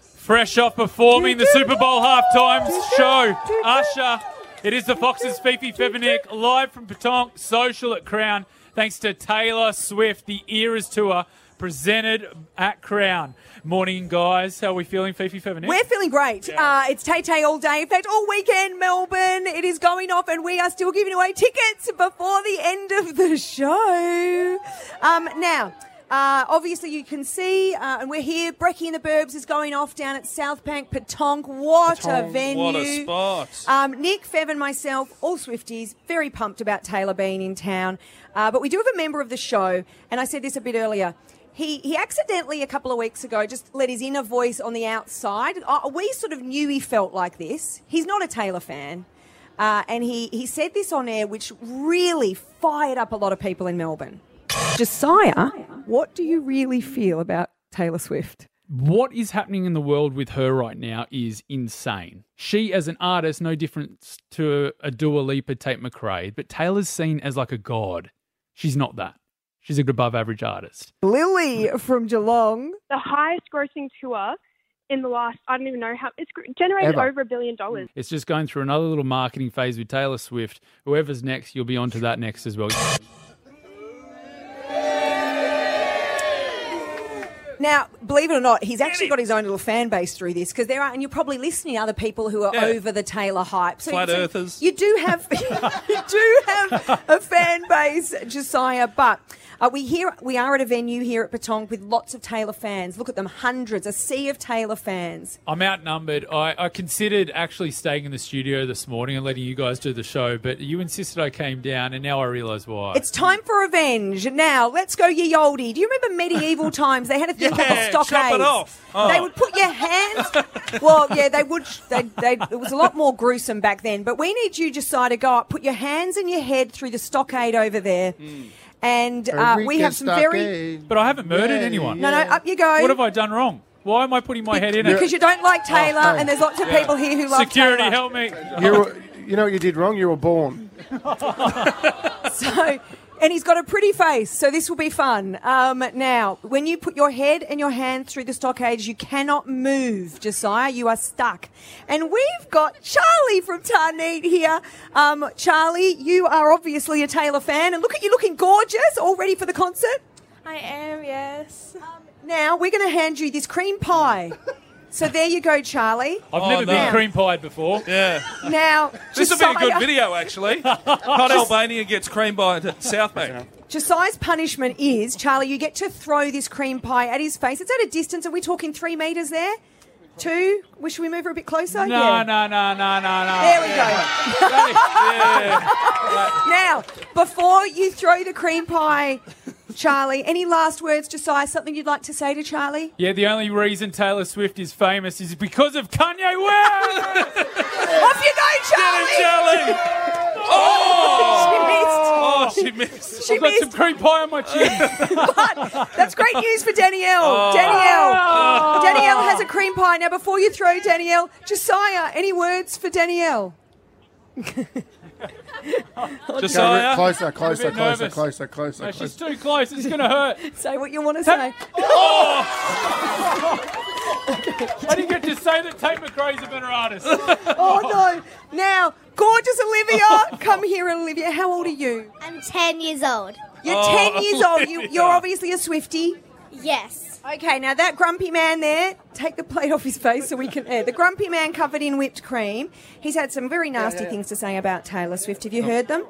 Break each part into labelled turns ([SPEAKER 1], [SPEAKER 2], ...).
[SPEAKER 1] Fresh off performing the Super Bowl halftime show, Usher. It is the Foxes, Fifi Fevenick, live from Patonk Social at Crown. Thanks to Taylor Swift, the Eras Tour, presented at Crown. Morning, guys. How are we feeling, Fifi Fevenick?
[SPEAKER 2] We're feeling great. Uh, it's Tay Tay all day. In fact, all weekend, Melbourne. It is going off, and we are still giving away tickets before the end of the show. Um, now, uh, obviously, you can see, uh, and we're here. Brekkie and the Burbs is going off down at South Bank, Patonk. What a venue!
[SPEAKER 1] What a spot.
[SPEAKER 2] Um, Nick, Fev, and myself, all Swifties, very pumped about Taylor being in town. Uh, but we do have a member of the show, and I said this a bit earlier. He, he accidentally, a couple of weeks ago, just let his inner voice on the outside. Uh, we sort of knew he felt like this. He's not a Taylor fan. Uh, and he, he said this on air, which really fired up a lot of people in Melbourne. Josiah, what do you really feel about Taylor Swift?
[SPEAKER 1] what is happening in the world with her right now is insane. She, as an artist, no different to a Dua Lipa, Tate McRae, but Taylor's seen as like a god. She's not that. She's an above average artist.
[SPEAKER 2] Lily from Geelong.
[SPEAKER 3] the highest grossing tour in the last I don't even know how it's gr- generated
[SPEAKER 4] Ever.
[SPEAKER 3] over a billion dollars.
[SPEAKER 1] It's just going through another little marketing phase with Taylor Swift. Whoever's next, you'll be onto that next as well.
[SPEAKER 2] Now, believe it or not, he's actually got his own little fan base through this because there are, and you're probably listening to other people who are
[SPEAKER 5] Yeah.
[SPEAKER 2] over the Taylor hype. So,
[SPEAKER 5] Flat
[SPEAKER 2] so
[SPEAKER 5] earthers.
[SPEAKER 2] You do have, you do have a fan base, Josiah. But uh, we here, we are at a venue here at Patong with lots of Taylor fans. Look at them, hundreds, a sea of Taylor fans.
[SPEAKER 1] I'm outnumbered. I, I considered actually staying in the studio this morning and letting you guys do the show, but you insisted I came down, and now I realise why.
[SPEAKER 2] It's time for revenge. Now, let's go, ye olde. Do you remember medieval times? They had a thing called
[SPEAKER 5] Yeah,
[SPEAKER 2] the
[SPEAKER 5] chop it
[SPEAKER 2] stockades.
[SPEAKER 5] off. Oh.
[SPEAKER 2] They would put your hands. well, yeah, they would. They, they, it was a lot more gruesome back then. But we need you, Josiah, to go up, put your hands and your head through the stockade over there.
[SPEAKER 5] Hmm.
[SPEAKER 2] And uh, we have some very.
[SPEAKER 1] but I haven't murdered anyone.
[SPEAKER 2] No, no, up you go.
[SPEAKER 1] What have I done wrong? Why am I putting my head in it?
[SPEAKER 2] because you don't like
[SPEAKER 5] Oh,
[SPEAKER 2] Taylor, and there's lots of people here who love
[SPEAKER 1] Security,
[SPEAKER 2] Taylor.
[SPEAKER 1] help me.
[SPEAKER 4] You, were, you know what you did wrong? You were born.
[SPEAKER 2] So, and he's got a pretty face, so this will be fun. Um, now, when you put your head and your hand through the stockades, you cannot move, Josiah. You are stuck. And we've got Charlie from Tarneet here. Um, Charlie, you are obviously a Taylor fan, and look at you looking gorgeous, all ready for the concert. Um,
[SPEAKER 6] I am, yes.
[SPEAKER 2] Now, we're going to hand you this cream pie. So there you go, Charlie.
[SPEAKER 1] I've
[SPEAKER 5] Oh,
[SPEAKER 1] never been
[SPEAKER 5] no.
[SPEAKER 1] cream pied before.
[SPEAKER 5] Yeah.
[SPEAKER 2] Now,
[SPEAKER 5] This will be a
[SPEAKER 2] Josiah-
[SPEAKER 5] good video, actually. Hot Albania gets cream by the South Bank.
[SPEAKER 2] Josiah's punishment is, Charlie, you get to throw this cream pie at his face. It's at a distance. Are we talking three metres there? Two? Well, should we move her a bit closer?
[SPEAKER 1] No, no, no, no, no, no.
[SPEAKER 2] There we go.
[SPEAKER 5] Yeah.
[SPEAKER 2] Now, before you throw the cream pie, Charlie, any last words, Josiah? Something you'd like to say to Charlie?
[SPEAKER 1] Yeah, the only reason Taylor Swift is famous is because of Kanye West.
[SPEAKER 2] Off you go, Charlie!
[SPEAKER 5] Jelly.
[SPEAKER 2] She
[SPEAKER 5] Oh, she missed.
[SPEAKER 2] missed. She
[SPEAKER 1] I've got some
[SPEAKER 2] missed.
[SPEAKER 1] cream pie on my chin.
[SPEAKER 2] But that's great news for Danielle.
[SPEAKER 1] Oh.
[SPEAKER 2] Danielle. Danielle has a cream pie. Now, before you throw Danielle, Josiah, any words for Danielle?
[SPEAKER 4] Go
[SPEAKER 5] Josiah.
[SPEAKER 4] closer, closer,
[SPEAKER 1] bit
[SPEAKER 4] closer,
[SPEAKER 1] nervous.
[SPEAKER 4] closer, closer,
[SPEAKER 1] No, she's
[SPEAKER 4] closer.
[SPEAKER 1] too close. It's going to hurt.
[SPEAKER 2] Say what you want to say.
[SPEAKER 1] I didn't get to say that Tate McRae's a better artist.
[SPEAKER 2] Oh no! Now, gorgeous Olivia, come here, Olivia. How old are you?
[SPEAKER 6] I'm 10 years old.
[SPEAKER 2] You're
[SPEAKER 5] Oh,
[SPEAKER 2] ten years old. You,
[SPEAKER 5] Olivia.
[SPEAKER 2] you're obviously a Swifty.
[SPEAKER 6] Yes.
[SPEAKER 2] Okay, now that grumpy man there, take the plate off his face so we can. Uh, the grumpy man covered in whipped cream. He's had some very nasty things to say about Taylor Swift. Have you heard them?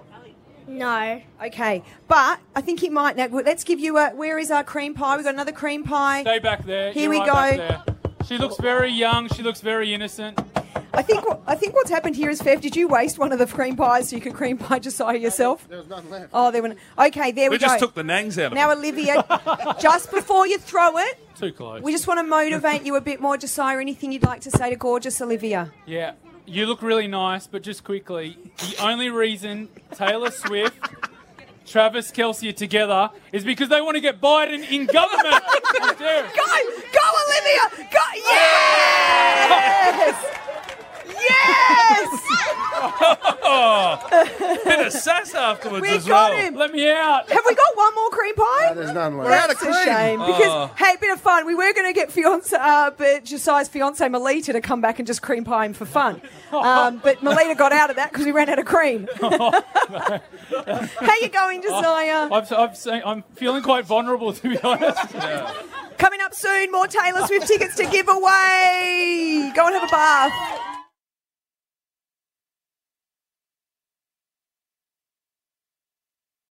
[SPEAKER 6] No.
[SPEAKER 2] Okay, but I think he might now. Let's give you a. Where is our cream pie? We've got another cream pie.
[SPEAKER 1] Stay back there.
[SPEAKER 2] Here
[SPEAKER 1] You're
[SPEAKER 2] we
[SPEAKER 1] right
[SPEAKER 2] go.
[SPEAKER 1] back there. She looks very young. She looks very innocent.
[SPEAKER 2] I think. what- I think what's happened here is, Fev, did you waste one of the cream pies so you could cream pie Josiah yourself?
[SPEAKER 4] There was nothing left.
[SPEAKER 2] Oh, there went. Okay, there we,
[SPEAKER 5] We
[SPEAKER 2] go.
[SPEAKER 5] just took the nangs out of
[SPEAKER 2] Now,
[SPEAKER 5] it.
[SPEAKER 2] Olivia, just before you throw it,
[SPEAKER 1] Too close.
[SPEAKER 2] we just want to motivate you a bit more, Josiah. Anything you'd like to say to gorgeous Olivia?
[SPEAKER 1] Yeah. You look really nice, but just quickly, the only reason Taylor Swift, Travis Kelsey are together is because they want to get Biden in government. How dare it.
[SPEAKER 2] Go, go, Olivia! Go, yes! Yes!
[SPEAKER 5] Bit of sass afterwards
[SPEAKER 2] We
[SPEAKER 5] as
[SPEAKER 2] got
[SPEAKER 5] well.
[SPEAKER 2] him.
[SPEAKER 1] Let me out.
[SPEAKER 2] Have we got one more cream pie?
[SPEAKER 4] No, there's none left.
[SPEAKER 2] That's
[SPEAKER 4] We're out of
[SPEAKER 2] a
[SPEAKER 4] cream.
[SPEAKER 2] shame
[SPEAKER 5] Oh.
[SPEAKER 2] because hey, bit of fun. We were going to get fiance, uh, but Josiah's fiance Melita to come back and just cream pie him for fun. Um, but Melita got out of that because we ran out of cream. How you going, Josiah?
[SPEAKER 1] I'm, I'm, saying, I'm feeling quite vulnerable, to be honest.
[SPEAKER 2] Coming up soon, more Taylor Swift tickets to give away. Go and have a bath.